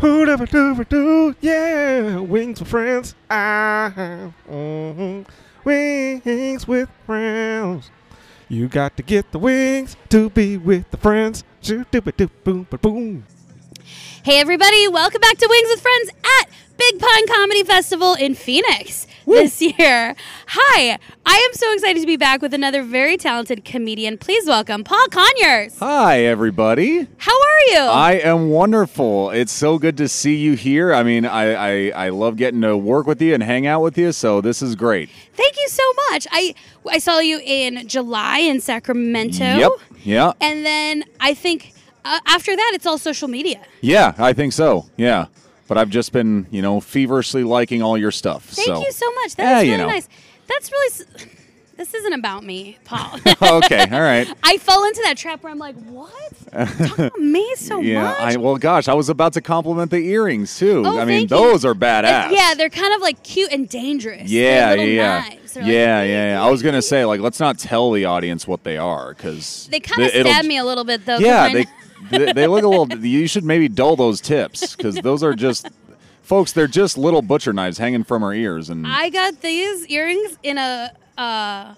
Who do do do? Yeah, wings with friends. Ah, mhm. wings with friends. You got to get the wings to be with the friends. Shoo, doo, ba, doo, boom, ba, boom. Hey, everybody, welcome back to Wings with Friends at Big Pine Comedy Festival in Phoenix Woo. this year. Hi, I am so excited to be back with another very talented comedian. Please welcome Paul Conyers. Hi, everybody. How are you? I am wonderful. It's so good to see you here. I mean, I, I, I love getting to work with you and hang out with you, so this is great. Thank you so much. I, I saw you in July in Sacramento. Yep. Yeah. And then I think uh, after that, it's all social media. Yeah, I think so. Yeah. But I've just been, you know, feverishly liking all your stuff. Thank so. you so much. That's Yeah, really you know. nice. That's really. s- This isn't about me, Paul. okay, all right. I fell into that trap where I'm like, what? Talk about me so Yeah, much. I well gosh, I was about to compliment the earrings too. Oh, I mean, thank you. those are Uh, badass. yeah, they're kind of like cute and dangerous. They're yeah, yeah, little yeah, knives. They're yeah, like- yeah, yeah. I was gonna say, like, let's not tell the audience what they are because They kind of stabbed me a little bit though. 'cause Yeah, mine- they, they they look a little. You should maybe dull those tips because those are just, folks. They're just little butcher knives hanging from her ears, and I got these earrings in a uh,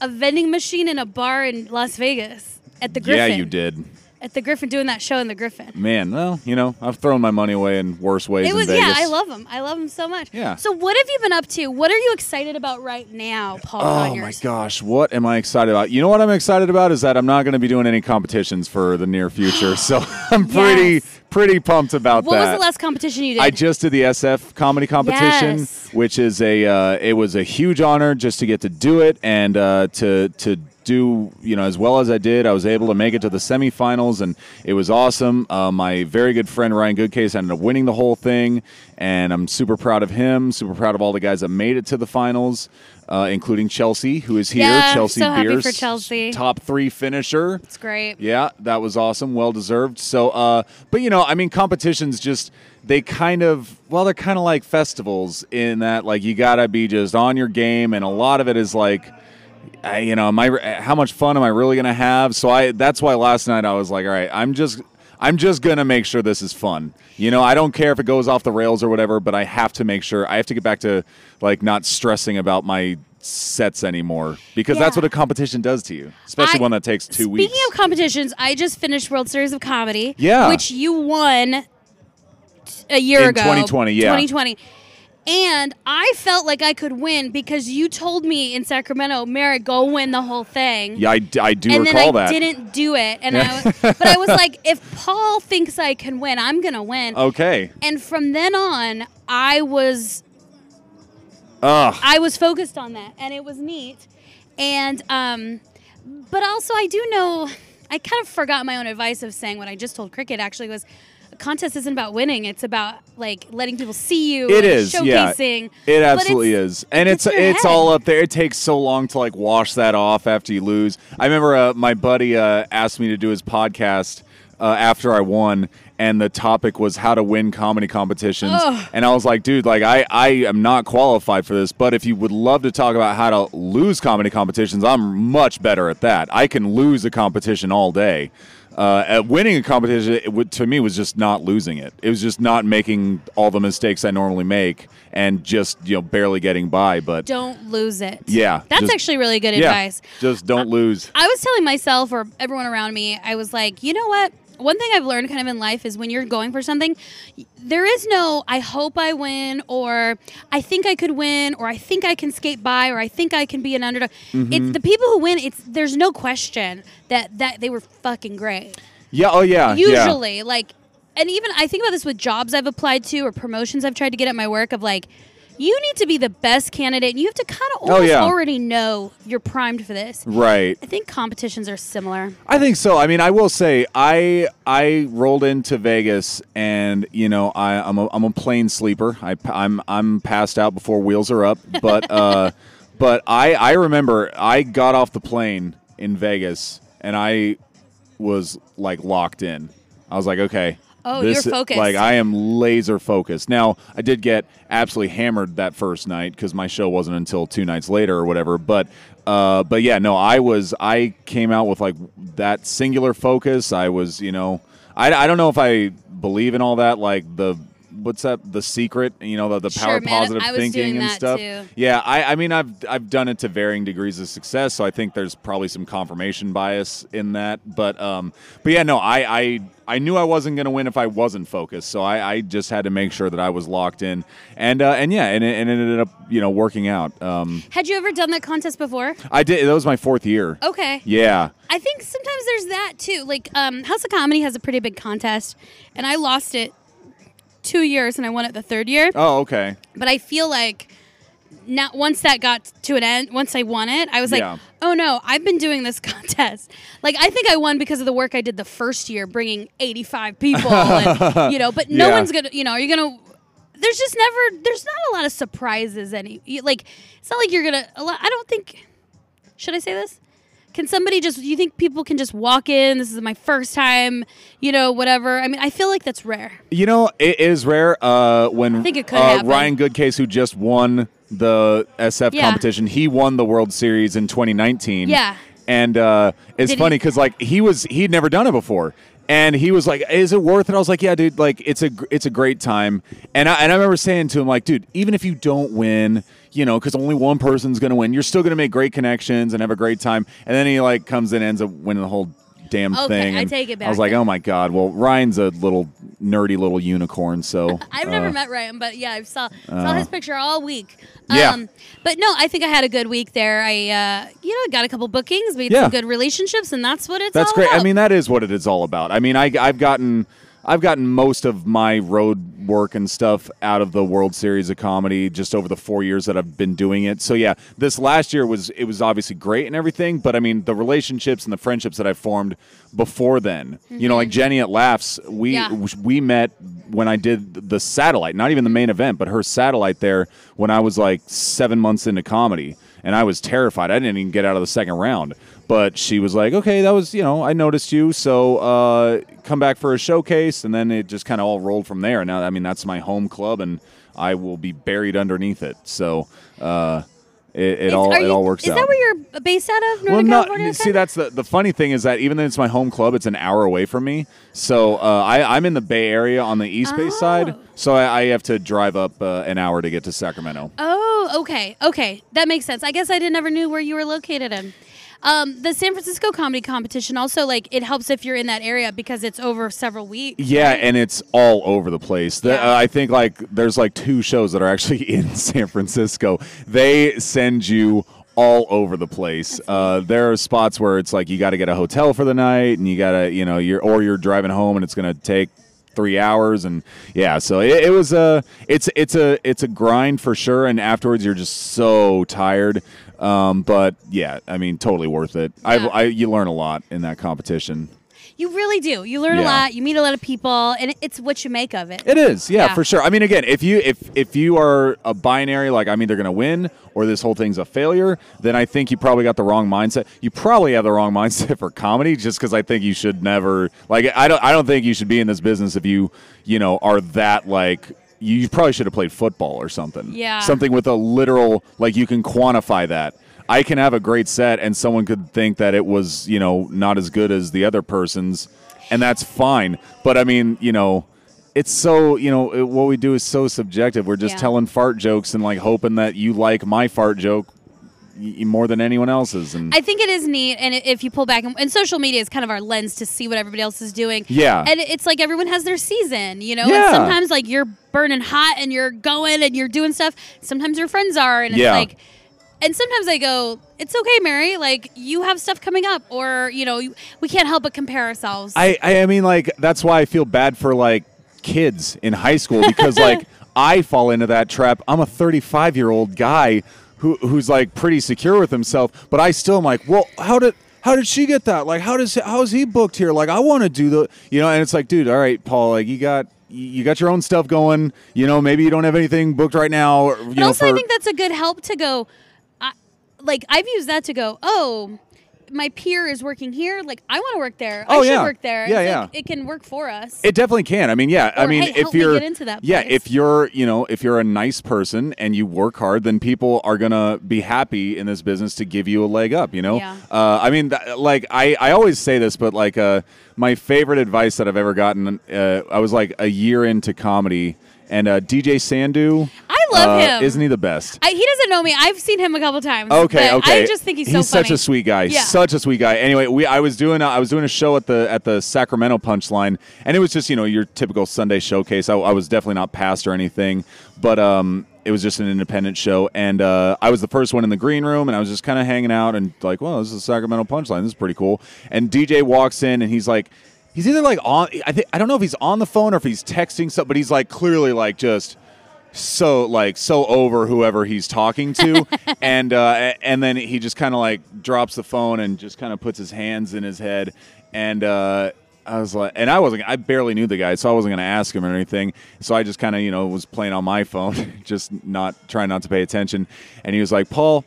a vending machine in a bar in Las Vegas at the yeah, Griffin. you did, At the Griffin, doing that show in the Griffin. man. Well, you know, I've thrown my money away in worse ways. It was in Vegas. yeah, I love them. I love them so much. Yeah. So what have you been up to? What are you excited about right now, Paul Oh my Conyers? gosh, what am I excited about? You know what I'm excited about is that I'm not going to be doing any competitions for the near future, so I'm pretty Yes. pretty pumped about What that. was the last competition you did? I just did the SF comedy competition, Yes. which is a uh, it was a huge honor just to get to do it and uh, to to do you know as well as I did. I was able to make it to the semifinals, and it was awesome. Uh, my very good friend Ryan Goodcase ended up winning the whole thing, and I'm super proud of him. Super proud of all the guys that made it to the finals. Uh, including Chelsea, who is here. Yeah, I'm Chelsea so happy for Beers, Chelsea. top three finisher. it's great. Yeah, that was awesome. Well deserved. So, uh, but you know, I mean, competitions just they kind of well, they're kind of like festivals in that like you gotta be just on your game, and a lot of it is like. I, you know, am I, how much fun am I really gonna have? So I, that's why last night I was like, all right, I'm just, I'm just gonna make sure this is fun. You know, I don't care if it goes off the rails or whatever, but I have to make sure I have to get back to like not stressing about my sets anymore because that's Yeah. what a competition does to you, especially I- one that takes two Speaking weeks. of competitions, I just finished World Series of Comedy. Yeah. Which you won t- a year In ago. 2020, yeah. 2020. And I felt like I could win because you told me in Sacramento, Merrick, go win the whole thing. Yeah, I, d- I do And then recall I that. didn't do it. And I Yeah. was, but I was like, if Paul thinks I can win, I'm gonna win. Oh. Okay. And from then on, I was Ugh. I was focused on that, and it was neat. And um, but also, I do know I kind of forgot my own advice of saying what I just told Cricket. Actually, was a contest isn't about winning; it's about like letting people see you. It and is, yeah. showcasing. It But absolutely it's- is, and it's it's your it's head. all up there. It takes so long to like wash that off after you lose. I remember uh, my buddy uh, asked me to do his podcast uh, after I won, and the topic was how to win comedy competitions. Ugh. And I was like, dude, like I I am not qualified for this, but if you would love to talk about how to lose comedy competitions, I'm much better at that. I can lose a competition all day. Uh, at winning a competition it would, to me was just not losing it. It was just not making all the mistakes I normally make and just you know barely getting by. But Don't lose it. Yeah, that's just- actually really good yeah, advice. just Uh, don't lose. I was telling myself or everyone around me, I was like, you know what? One thing I've learned kind of in life is when you're going for something, y- there is no I hope I win or I think I could win or I think I can skate by or I think I can be an underdog. Mm-hmm. It's the people who win, it's there's no question that that they were fucking great. Yeah. Oh yeah. yeah. Usually, like and even I think about this with jobs I've applied to or promotions I've tried to get at my work of like you need to be the best candidate and you have to kind of almost Oh, yeah. already know you're primed for this. Right. I think competitions are similar. I think so. I mean, I will say, I I rolled into Vegas, and you know, I, I'm a, I'm a plane sleeper. I, I'm I'm passed out before wheels are up. But uh, but I I remember I got off the plane in Vegas, and I was like locked in. I was like, okay. Oh, you're focused. Like I am laser focused. Now I did get absolutely hammered that first night because my show wasn't until two nights later or whatever. But uh, but yeah, no, I was I came out with like that singular focus. I was you know. I, I don't know if I believe in all that, like the what's that, the secret, you know, the, the Sure, power man, I- positive I was thinking doing and that stuff. too. Yeah, I, I mean, I've I've done it to varying degrees of success, so I think there's probably some confirmation bias in that. But um, but yeah, no, I I, I knew I wasn't going to win if I wasn't focused, so I, I just had to make sure that I was locked in, and uh, and yeah, and it, and it ended up you know working out. Um, Had you ever done that contest before? I did. That was my fourth year. Okay. Yeah. I think sometimes there's that too. Like um, House of Comedy has a pretty big contest, and I lost it two years, and I won it the third year. Oh, okay. But I feel like now once that got to an end, once I won it, I was like, Yeah. oh no, I've been doing this contest. Like I think I won because of the work I did the first year, bringing 85 people, and, you know. But no Yeah. one's gonna, you know, you're gonna. There's just never. There's not a lot of surprises. Any you- like, it's not like you're gonna. A lot, I don't think. Should I say this? Can somebody just? You think people can just walk in? This is my first time. You know, whatever. I mean, I feel like that's rare. You know, it is rare uh, when think it could uh, happen. Ryan Goodcase, who just won the SF Yeah. competition, he won the World Series in 2019. Yeah. And uh, Did it's he- funny because like he was he'd never done it before. And he was like, "Is it worth it?" I was like, "Yeah, dude. Like, it's a gr- it's a great time." And I and I remember saying to him, like, "Dude, even if you don't win, you know, because only one person's gonna win, you're still gonna make great connections and have a great time." And then he like comes in, and ends up winning the whole damn Okay, thing. I and take it I was back like, then. "Oh my god!" Well, Ryan's a little nerdy little unicorn, so I've uh, never met Ryan, but yeah, I saw saw his picture all week. Um, Yeah. but no, I think I had a good week there. I uh, you know got a couple bookings, made Yeah. some good relationships, and that's what it's That's all great. about. I mean, that is what it is all about. I mean, I, I've gotten, I've gotten most of my road work and stuff out of the World Series of Comedy just over the four years that I've been doing it. So yeah, this last year was it was obviously great and everything, but I mean, the relationships and the friendships that I formed before then, you know, like Jenny at Laughs, we Yeah. we met when I did the satellite, not even the main event, but her satellite there when I was like seven months into comedy. And I was terrified. I didn't even get out of the second round. But she was like, okay, that was, you know, I noticed you. So uh, come back for a showcase. And then it just kind of all rolled from there. Now, I mean, that's my home club and I will be buried underneath it. So uh, it, it, Is- all, are it you- all works Is out that where you're based out of? Northern California? see that's the, the funny thing is that even though it's my home club, it's an hour away from me. So uh, I, I'm in the Bay Area on the East Bay side, Oh. so I, I have to drive up uh, an hour to get to Sacramento. Oh, okay, okay, that makes sense. I guess I did never knew where you were located in. Um, the San Francisco comedy competition also like it helps if you're in that area because it's over several weeks. Yeah, and it's all over the place. The, Yeah. uh, I think like there's like two shows that are actually in San Francisco. They send you all over the place. Uh, there are spots where it's like you got to get a hotel for the night, and you got to you know you're or you're driving home, and it's gonna take three hours and yeah so it, it was a it's it's a it's a grind for sure and afterwards you're just so tired um but yeah i mean totally worth it I've, Yeah. i you learn a lot in that competition You really do. You learn a Yeah. lot. You meet a lot of people, and it's what you make of it. It is, yeah, Yeah. for sure. I mean, again, if you if if you are a binary, like I'm either going to win or this whole thing's a failure, then I think you probably got the wrong mindset. You probably have the wrong mindset for comedy, just because I think you should never like I don't I don't think you should be in this business if you you know are that like you, you probably should have played football or something. Yeah. something with a literal like you can quantify that. I can have a great set, and someone could think that it was you know not as good as the other person's. And that's fine, but I mean, you know, it's so you know it, what we do is so subjective. We're just Yeah. telling fart jokes and like hoping that you like my fart joke y- more than anyone else's. And I think it is neat, and i- if you pull back, and, and social media is kind of our lens to see what everybody else is doing. Yeah. and it's like everyone has their season, you know. And Yeah. sometimes like you're burning hot and you're going and you're doing stuff. Sometimes your friends are, and it's Yeah. like, and sometimes I go, "It's okay, Mary. Like you have stuff coming up, or you know, you- we can't help but compare ourselves." I, I I mean like that's why I feel bad for like kids in high school because like I fall into that trap. I'm a 35 year old guy who who's like pretty secure with himself, but I still am like, well, how did how did she get that? Like, how does how is he booked here? Like, I want to do the you know, and it's like, dude, all right, Paul, like you got you got your own stuff going. You know, maybe you don't have anything booked right now. Or, you but know, also, I for- think that's a good help to go. I, like I've used that to go. Oh, my peer is working here, like I want to work there. Oh, I should yeah. work there. Yeah, It's yeah. like, it can work for us. It definitely can. I mean, yeah. I Or, mean, hey, if help me you're get into that yeah, place. if you're you know if you're a nice person and you work hard, then people are gonna be happy in this business to give you a leg up. You know. Yeah. Uh, I mean, th- like I I always say this, but like uh, my favorite advice that I've ever gotten, uh, I was like a year into comedy. And uh, DJ Sandu, I love uh, him. Isn't he the best? I, he doesn't know me. I've seen him a couple times. Okay, but okay. I just think he's so funny. such a sweet guy. Yeah. Such a sweet guy. Anyway, we I was doing a, I was doing a show at the at the Sacramento Punchline, and it was just you know your typical Sunday showcase. I, I was definitely not passed or anything, but um, it was just an independent show, and uh, I was the first one in the green room, and I was just kind of hanging out and like, well, this is the Sacramento Punchline. This is pretty cool. And DJ walks in, and he's like. He's either like on, I think I don't know if he's on the phone or if he's texting stuff, but he's like clearly like just so like so over whoever he's talking to and uh a- and then he just kind of like drops the phone and just kind of puts his hands in his head and uh I was like, and I wasn't, I barely knew the guy, so I wasn't going to ask him or anything. So I just kind of, you know, was playing on my phone, just not trying not to pay attention. And he was like, Paul,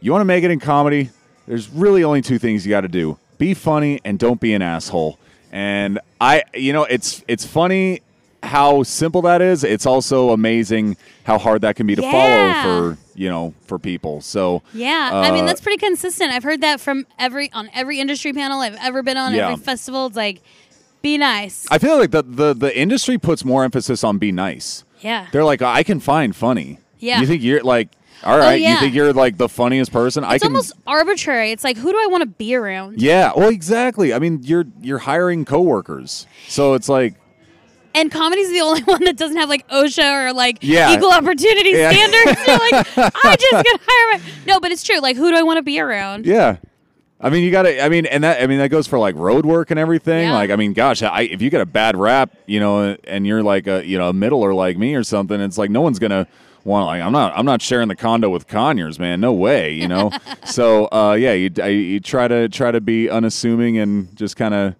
you want to make it in comedy? There's really only two things you got to do be funny and don't be an asshole. And I, you know, it's, it's funny how simple that is. It's also amazing how hard that can be to Yeah. follow for you know for people. So Yeah, I mean uh, that's pretty consistent. I've heard that from every on every industry panel I've ever been on, Yeah. every festival. It's like, be nice. I feel like the, the the industry puts more emphasis on be nice. yeah, They're like, I can find funny. Yeah. Oh, You think you're like, all right, you yeah. think you're like the funniest person? I it's can. almost arbitrary. It's like, who do I want to be around? yeah. Well, exactly. I mean, you're you're hiring coworkers, so it's like, And comedy's the only one that doesn't have like OSHA or like Yeah. equal opportunity Yeah. standards. You're like, I just could hire my no, but it's true. Like, who do I want to be around? yeah. I mean, you got to. I mean, and that. I mean, that goes for like road work and everything. Yeah. Like, I mean, gosh, I, if you get a bad rap, you know, and you're like a you know a middler like me or something, it's like no one's gonna want. Like, I'm not. I'm not sharing the condo with Conyers, man. No way. You know. so, uh, yeah, you, I, you try to try to be unassuming and just kind of.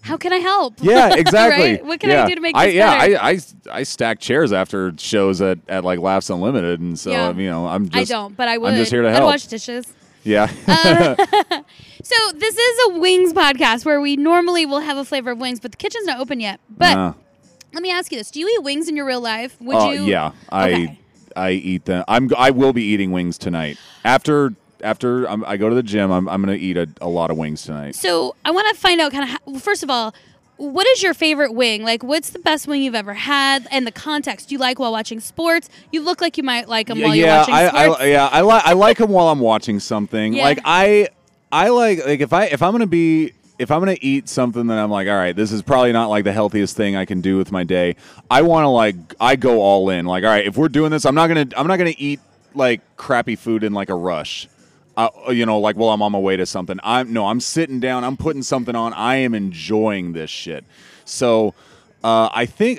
How can I help? Yeah, exactly. right? What can Yeah. I do to make I, this yeah, better? I, I I stack chairs after shows at, at like Laughs Unlimited, and so Yeah. um, you know I'm I, just don't, Uh, but I would. just here to I'd help. wash dishes. yeah So this is a wings podcast where we normally will have a flavor of wings, but the kitchen's not open yet. But Uh, let me ask you this: Do you eat wings in your real life? Would uh, you? yeah I Okay. I eat them I'm I will be eating wings tonight after after I'm, I go to the gym I'm, I'm gonna eat a, a lot of wings tonight So I want to find out kind of. Well, first of all, what is your favorite wing? Like, what's the best wing you've ever had? And the context. Do you like while watching sports? You look like you might like them while you're yeah watching I, sports. I yeah I like I like them while I'm watching something Yeah. like I I like like if I if I'm gonna be if I'm gonna eat something that I'm like all right this is probably not like the healthiest thing I can do with my day I want to like I go all in like all right if we're doing this I'm not gonna I'm not gonna eat like crappy food in like a rush. Uh, you know, like, well, I'm on my way to something. I'm no, I'm sitting down. I'm putting something on. I am enjoying this shit. So, uh, I think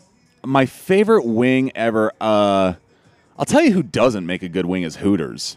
my favorite wing ever. Uh, I'll tell you who doesn't make a good wing is Hooters.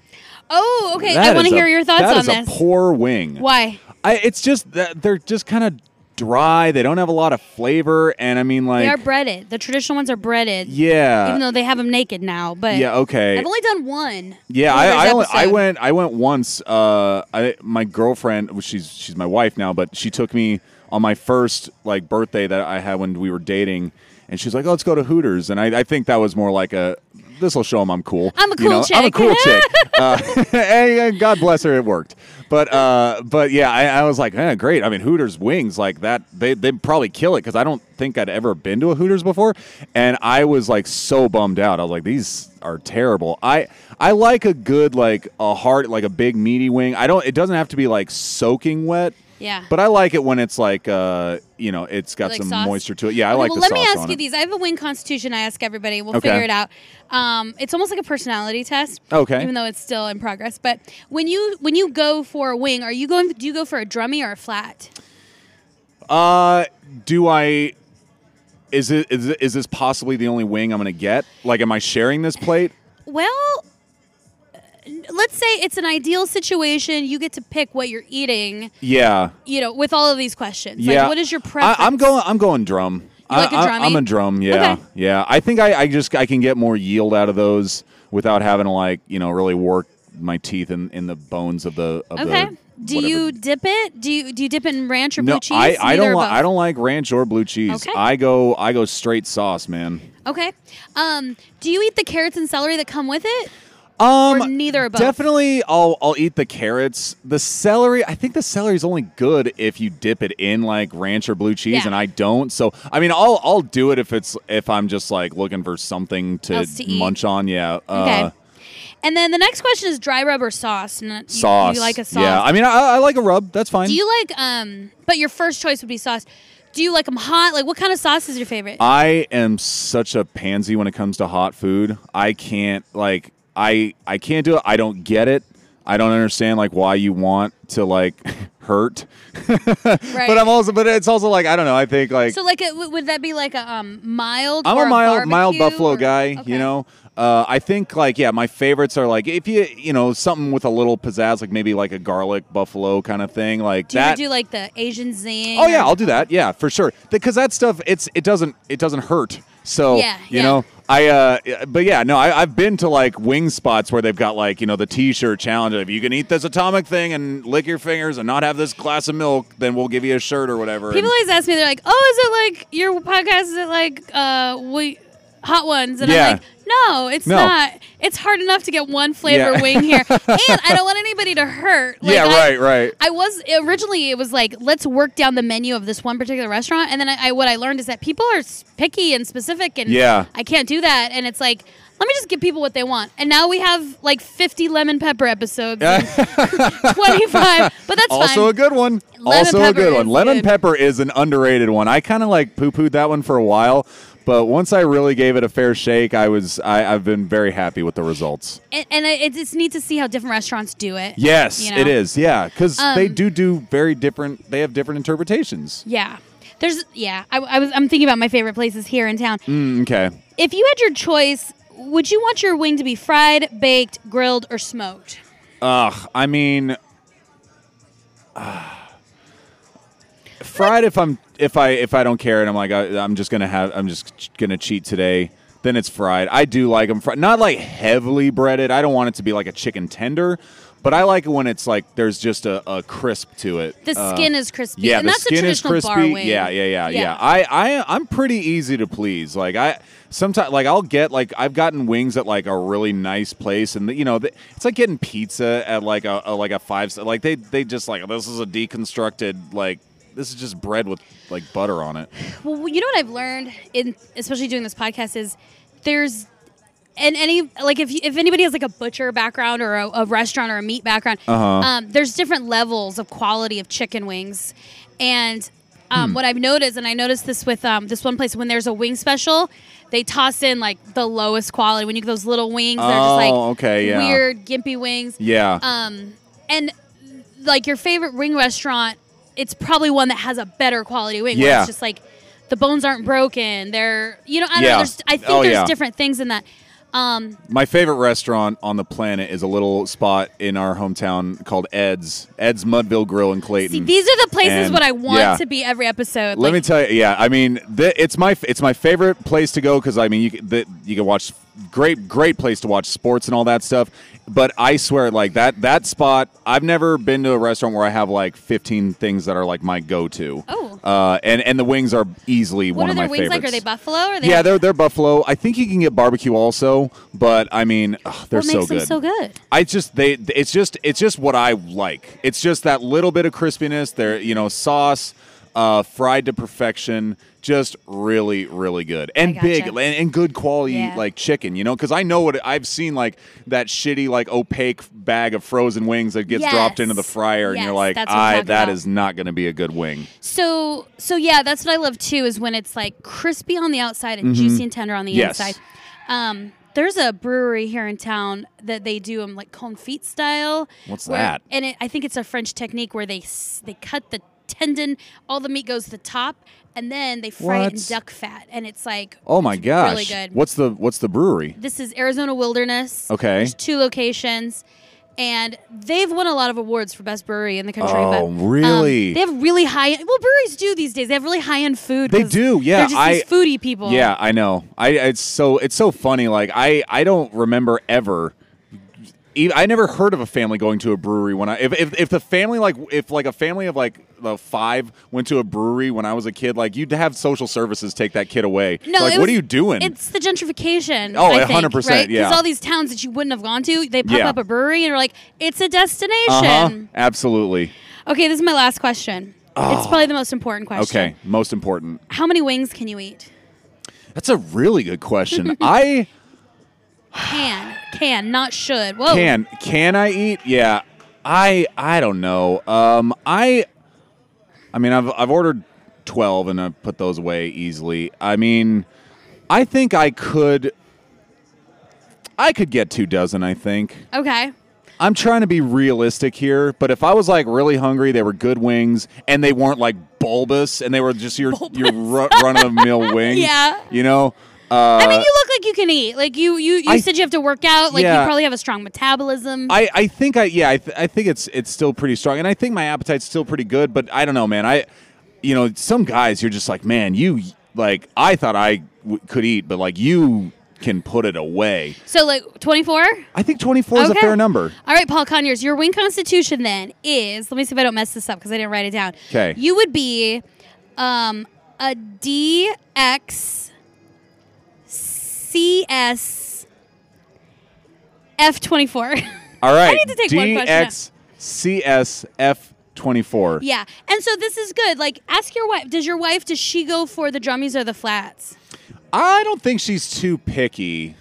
oh, okay. That I want is to a- hear your thoughts on That is a this. poor wing. Why? I, it's just that they're just kind of dry. They don't have a lot of flavor, and I mean, They are like, breaded. The traditional ones are breaded. yeah, Even though they have them naked now, but yeah, okay, I've only done one. Yeah, Hooters I I, only, I episode. went I went once. Uh, I my girlfriend, well, she's she's my wife now, but she took me on my first like birthday that I had when we were dating, and she's like, "Oh, "Let's go to Hooters," and I, I think that was more like a this will show them I'm cool. I'm a you know? cool I'm a chick. cool chick. Uh, and, uh, God bless her, it worked. But uh, but yeah, I, I was like, eh, great. I mean, Hooters wings like that, they they'd probably kill it because I don't think I'd ever been to a Hooters before, and I was like so bummed out. I was like, these are terrible. I I like a good like a hard like a big meaty wing. I don't. It doesn't have to be like soaking wet. Yeah. But I like it when it's like uh you know it's got Like some sauce? moisture to it. Yeah, I Okay, like well, the let sauce me ask on you it. these. I have a wing constitution. I ask everybody. We'll Okay. figure it out. Um, it's almost like a personality test. Okay. Even though it's still in progress, but when you when you go for a wing, are you going? Do you go for a drummy or a flat? Uh, do I? Is it is it- is this possibly the only wing I'm gonna get? Like, am I sharing this plate? Well, uh, let's say it's an ideal situation. You get to pick what you're eating. Yeah, You know, with all of these questions. yeah. Like, what is your I, preference? I'm going. I'm going drum. You like a I, I- drummy? I'm a drum. Yeah, Okay. yeah. I think I, I just I can get more yield out of those without having to like you know really work my teeth in, in the bones of the of Okay. the Do whatever. you dip it? Do you do you dip it in ranch or blue cheese? I, I don't Neither or li- I both? don't like ranch or blue cheese. Okay. I go I go straight sauce, man. Okay. Um, do you eat the carrots and celery that come with it? Um or neither of both? Definitely I'll I'll eat the carrots. The celery, I think the celery's only good if you dip it in like ranch or blue cheese Yeah. and I don't. So I mean I'll I'll do it if it's if I'm just like looking for something to, Else to eat. munch on. Yeah. Okay. Uh, and then the next question is dry rub or sauce. N- you- sauce. You like a sauce. Yeah. I mean I, I like a rub. That's fine. do you like um? But your first choice would be sauce. Do you like them hot? Like what kind of sauce is your favorite? I am such a pansy when it comes to hot food. I can't like I I can't do it. I don't get it. I don't understand like why you want to like hurt. right. But I'm also but it's also like I don't know. I think like so like, it, w- would that be like a um mild? I'm or a mild mild barbecue buffalo or- guy, Okay. you know. Uh, I think like yeah, my favorites are like if you you know something with a little pizzazz, like maybe like a garlic buffalo kind of thing, like Do that. you do like the Asian zing? Oh yeah, or- I'll do that. Yeah, for sure. Because that stuff, it's it doesn't it doesn't hurt. So Yeah, you yeah. know, I uh, but yeah, no, I, I've been to like wing spots where they've got like you know the T-shirt challenge of you can eat this atomic thing and lick your fingers and not have this glass of milk, then we'll give you a shirt or whatever. People always And- ask me, they're like, "Oh, is it like your podcast? Is it like uh, we hot ones?" And Yeah. I'm like, "No, it's No. not. It's hard enough to get one flavor Yeah. wing here, and I don't want anybody to hurt." Like, yeah, I- right, right. I was originally it was like let's work down the menu of this one particular restaurant, and then I, I what I learned is that people are s- picky and specific, and Yeah. I can't do that. And it's like let me just give people what they want, and now we have like 50 lemon pepper episodes, and 25, but that's also fine. a good one. Lemon also a pepper good one. is Lemon good. pepper is an underrated one. I kind of like poo pooed that one for a while, but once I really gave it a fair shake, I was I, I've been very happy with the results. and, and it, it's neat to see how different restaurants do it. Yes, you it know? is. Yeah, because they Um, do do very different. They have different interpretations. Yeah, there's yeah. I, I was I'm thinking about my favorite places here in town. Mm, okay. If you had your choice, would you want your wing to be fried, baked, grilled, or smoked? Ugh. I mean, ah. fried. If I'm if I if I don't care and I'm like I, I'm just gonna have I'm just ch- gonna cheat today. Then it's fried. I do like them fried, not like heavily breaded. I don't want it to be like a chicken tender, but I like it when it's like there's just a, a crisp to it. The Uh, skin is crispy. Yeah, and the that's a skin is traditional crispy. bar wing. Yeah, yeah, yeah, yeah, I, I, I'm pretty easy to please. Like I sometimes, like I'll get like I've gotten wings at like a really nice place, and you know, th- it's like getting pizza at like a, a like a five. star Like they, they just like this is a deconstructed like this is just bread with like butter on it. Well, you know what I've learned in especially doing this podcast is there's and any like if you, if anybody has like a butcher background or a, a restaurant or a meat background, Uh-huh. um, there's different levels of quality of chicken wings, and Hmm. um, what I've noticed, and I noticed this with um, this one place when there's a wing special, they toss in like the lowest quality when you get those little wings, they're just like Oh, okay, yeah. weird gimpy wings. Yeah, Um, and like your favorite wing restaurant, it's probably one that has a better quality wing. where Yeah. it's just like the bones aren't broken. They're you know I don't Yeah. know. There's, I think Oh, there's yeah. different things in that. Um, my favorite restaurant on the planet is a little spot in our hometown called Ed's Ed's Mudville Grill in Clayton. see, these are the places Mm. And- what I want yeah. to be every episode. Let Like, me tell you, yeah. I mean, th- it's my it's my favorite place to go because I mean, you c- the, you can watch great great place to watch sports and all that stuff. But I swear, like that that spot, I've never been to a restaurant where I have like 15 things that are like my go to. Oh. uh, and and the wings are easily what one are of their my wings favorites. like? Are they buffalo? Or are they yeah, they're they're buffalo. I think you can get barbecue also, but I mean, ugh, they're what makes so good. them so good? I just they it's just it's just what I like. It's just that little bit of crispiness. There, you know, sauce, uh, fried to perfection, just really really good and gotcha. big and, and good quality Yeah. like chicken. You know, because I know what I've seen like that shitty like opaque bag of frozen wings that gets Yes. dropped into the fryer, and Yes, you're like, that's what I'm I talking that about. is not going to be a good wing. So so yeah, that's what I love too is when it's like crispy on the outside and juicy and tender on the Mm-hmm. Yes. inside. Um, there's a brewery here in town that they do them like confit style. What's where- that? And it, I think it's a French technique where they s- they cut the tendon, all the meat goes to the top, and then they fry it in What? duck fat, and it's like Oh my it's gosh! really good. What's the what's the brewery? This is Arizona Wilderness. Okay. There's two locations. And they've won a lot of awards for best brewery in the country. Oh, but, um, really? they have really high. Well, breweries do these days. They have really high end food. They 'cause do, yeah, They're just I- these foodie people. Yeah, I know. I it's so it's so funny. Like I I don't remember ever e- I never heard of a family going to a brewery when I if, if if the family like if like a family of like the five went to a brewery when I was a kid like you'd have social services take that kid away. No, like it what was- are you doing? It's the gentrification. Oh, I think, 100%, right? yeah. all these towns that you wouldn't have gone to, they pop Yeah. up a brewery and are like, it's a destination. uh-huh. Absolutely. Okay, this is my last question. It's probably the most important question. Okay, most important. How many wings can you eat? That's a really good question. I Can, can, not should. Whoa. can can I eat? Yeah. I I don't know. Um I I mean I've I've ordered 12 and I put those away easily. I mean I think I could I could get two dozen, I think. Okay. I'm trying to be realistic here, but if I was like really hungry, they were good wings, and they weren't like bulbous, and they were just your your run of the mill wing. Yeah. you know. Uh, I mean, you look like you can eat. Like you, you, you I- said you have to work out. Like Yeah. you probably have a strong metabolism. I, I think I yeah I, th- I think it's it's still pretty strong and I think my appetite's still pretty good but I don't know man I you know some guys you're just like man you like I thought I w- could eat but like you can put it away so like 24. I think 24 is a Okay. fair number All right, Paul Conyers, your wing constitution then is. Let me see if I don't mess this up because I didn't write it down. 'Kay. You would be, um, a DX, CS, F24. all right need to take one question. DXCSF24 yeah, and so this is good. Like, ask your wife. Does your wife does she go for the drummies or the flats? I don't think she's too picky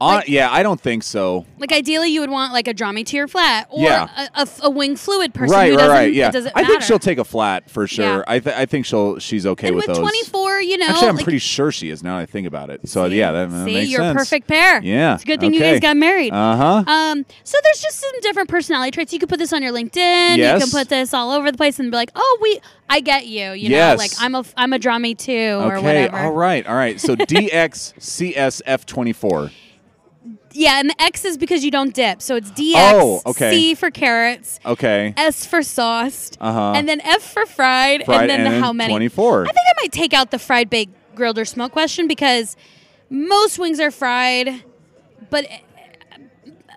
Hon- Like- yeah I don't think so Like ideally, you would want like a drummy to your flat or Yeah. a, a, a wing fluid person. right who right doesn't, right yeah It doesn't I think matter. she'll take a flat for sure Yeah. I th- I think she'll she's okay And with with those 24, you know, Actually, I'm like, pretty sure she is now that I think about it. So yeah, that, that see, makes you're sense. a perfect pair. Yeah, it's a good thing you okay. guys got married. Uh huh. um, so there's just some different personality traits. You could put this on your LinkedIn. You Yes. can put this all over the place and be like, "Oh, we, I get you." You Yes. know, like I'm a, f- I'm a drummy too, or Okay. whatever. All right. All right. So DXCSF24. Yeah, and the X is because you don't dip, so it's DX. Oh, okay. C for carrots, Okay. S for sauced, Uh-huh. and then F for fried, Fried and then the how many? 24. I think I might take out the fried, baked, grilled, or smoked question because most wings are fried, but uh,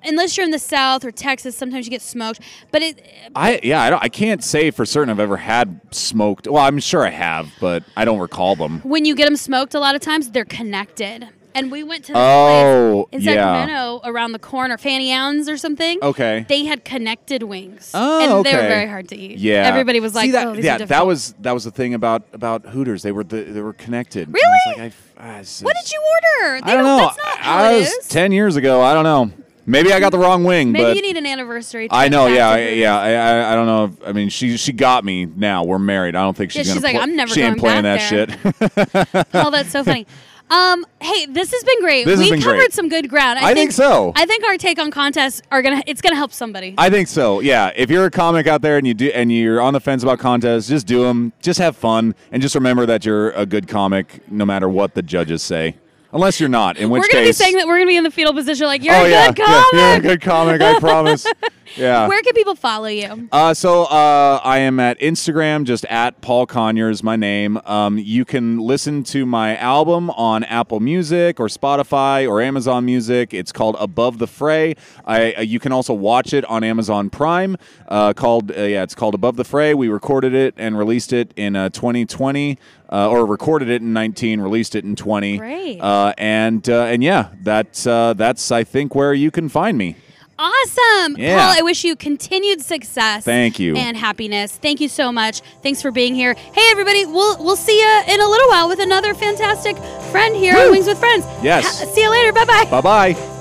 unless you're in the South or Texas, sometimes you get smoked. But it, I yeah. I don't. I can't say for certain I've ever had smoked. Well, I'm sure I have, but I don't recall them. when you get them smoked, a lot of times they're connected. And we went to this Oh, place in yeah. Sacramento around the corner, Fanny Ann's or something. Okay. They had connected wings. Oh, and they okay. were very hard to eat. Yeah. Everybody was like, See, that, oh, these yeah. are that difficult." was that was the thing about about Hooters. They were the, they were connected. Really? I was like, I- I s- What did you order? They I don't know. That's not how I it was is. ten years ago. I don't know. Maybe I got the wrong wing. Maybe but you need an anniversary. I trip know, back yeah, to I, Hooters. yeah. I, I, I don't know. If, I mean, she she got me. Now we're married. I don't think she's Yeah, gonna. she's like, play- "I'm never She ain't going playing back that shit. Oh, that's so funny. Um, hey, this has been great. This has we been covered great. some good ground. I think so. I think our take on contests are gonna it's gonna help somebody. I think so. Yeah. If you're a comic out there and you do and you're on the fence about contests, just do them. Just have fun and just remember that you're a good comic no matter what the judges say. Unless you're not, in which we're gonna case, be saying that we're gonna be in the fetal position like you're oh a yeah, good yeah, comic. you're a good comic. I promise. Yeah. Where can people follow you? Uh, so uh, I am at Instagram, just at Paul Conyers, my name. Um, you can listen to my album on Apple Music or Spotify or Amazon Music. It's called Above the Fray. I, uh, you can also watch it on Amazon Prime. Uh, called uh, yeah, it's called Above the Fray. We recorded it and released it in uh, 2020, uh, or recorded it in 19, released it in 20. Great. Uh, and uh, and yeah, that's uh, that's I think where you can find me. Awesome. Yeah. Paul, I wish you continued success. Thank you. And happiness. Thank you so much. Thanks for being here. Hey everybody, we'll we'll see you in a little while with another fantastic friend here on Wings with Friends. Yes. Ha- see you later. Bye bye. Bye bye.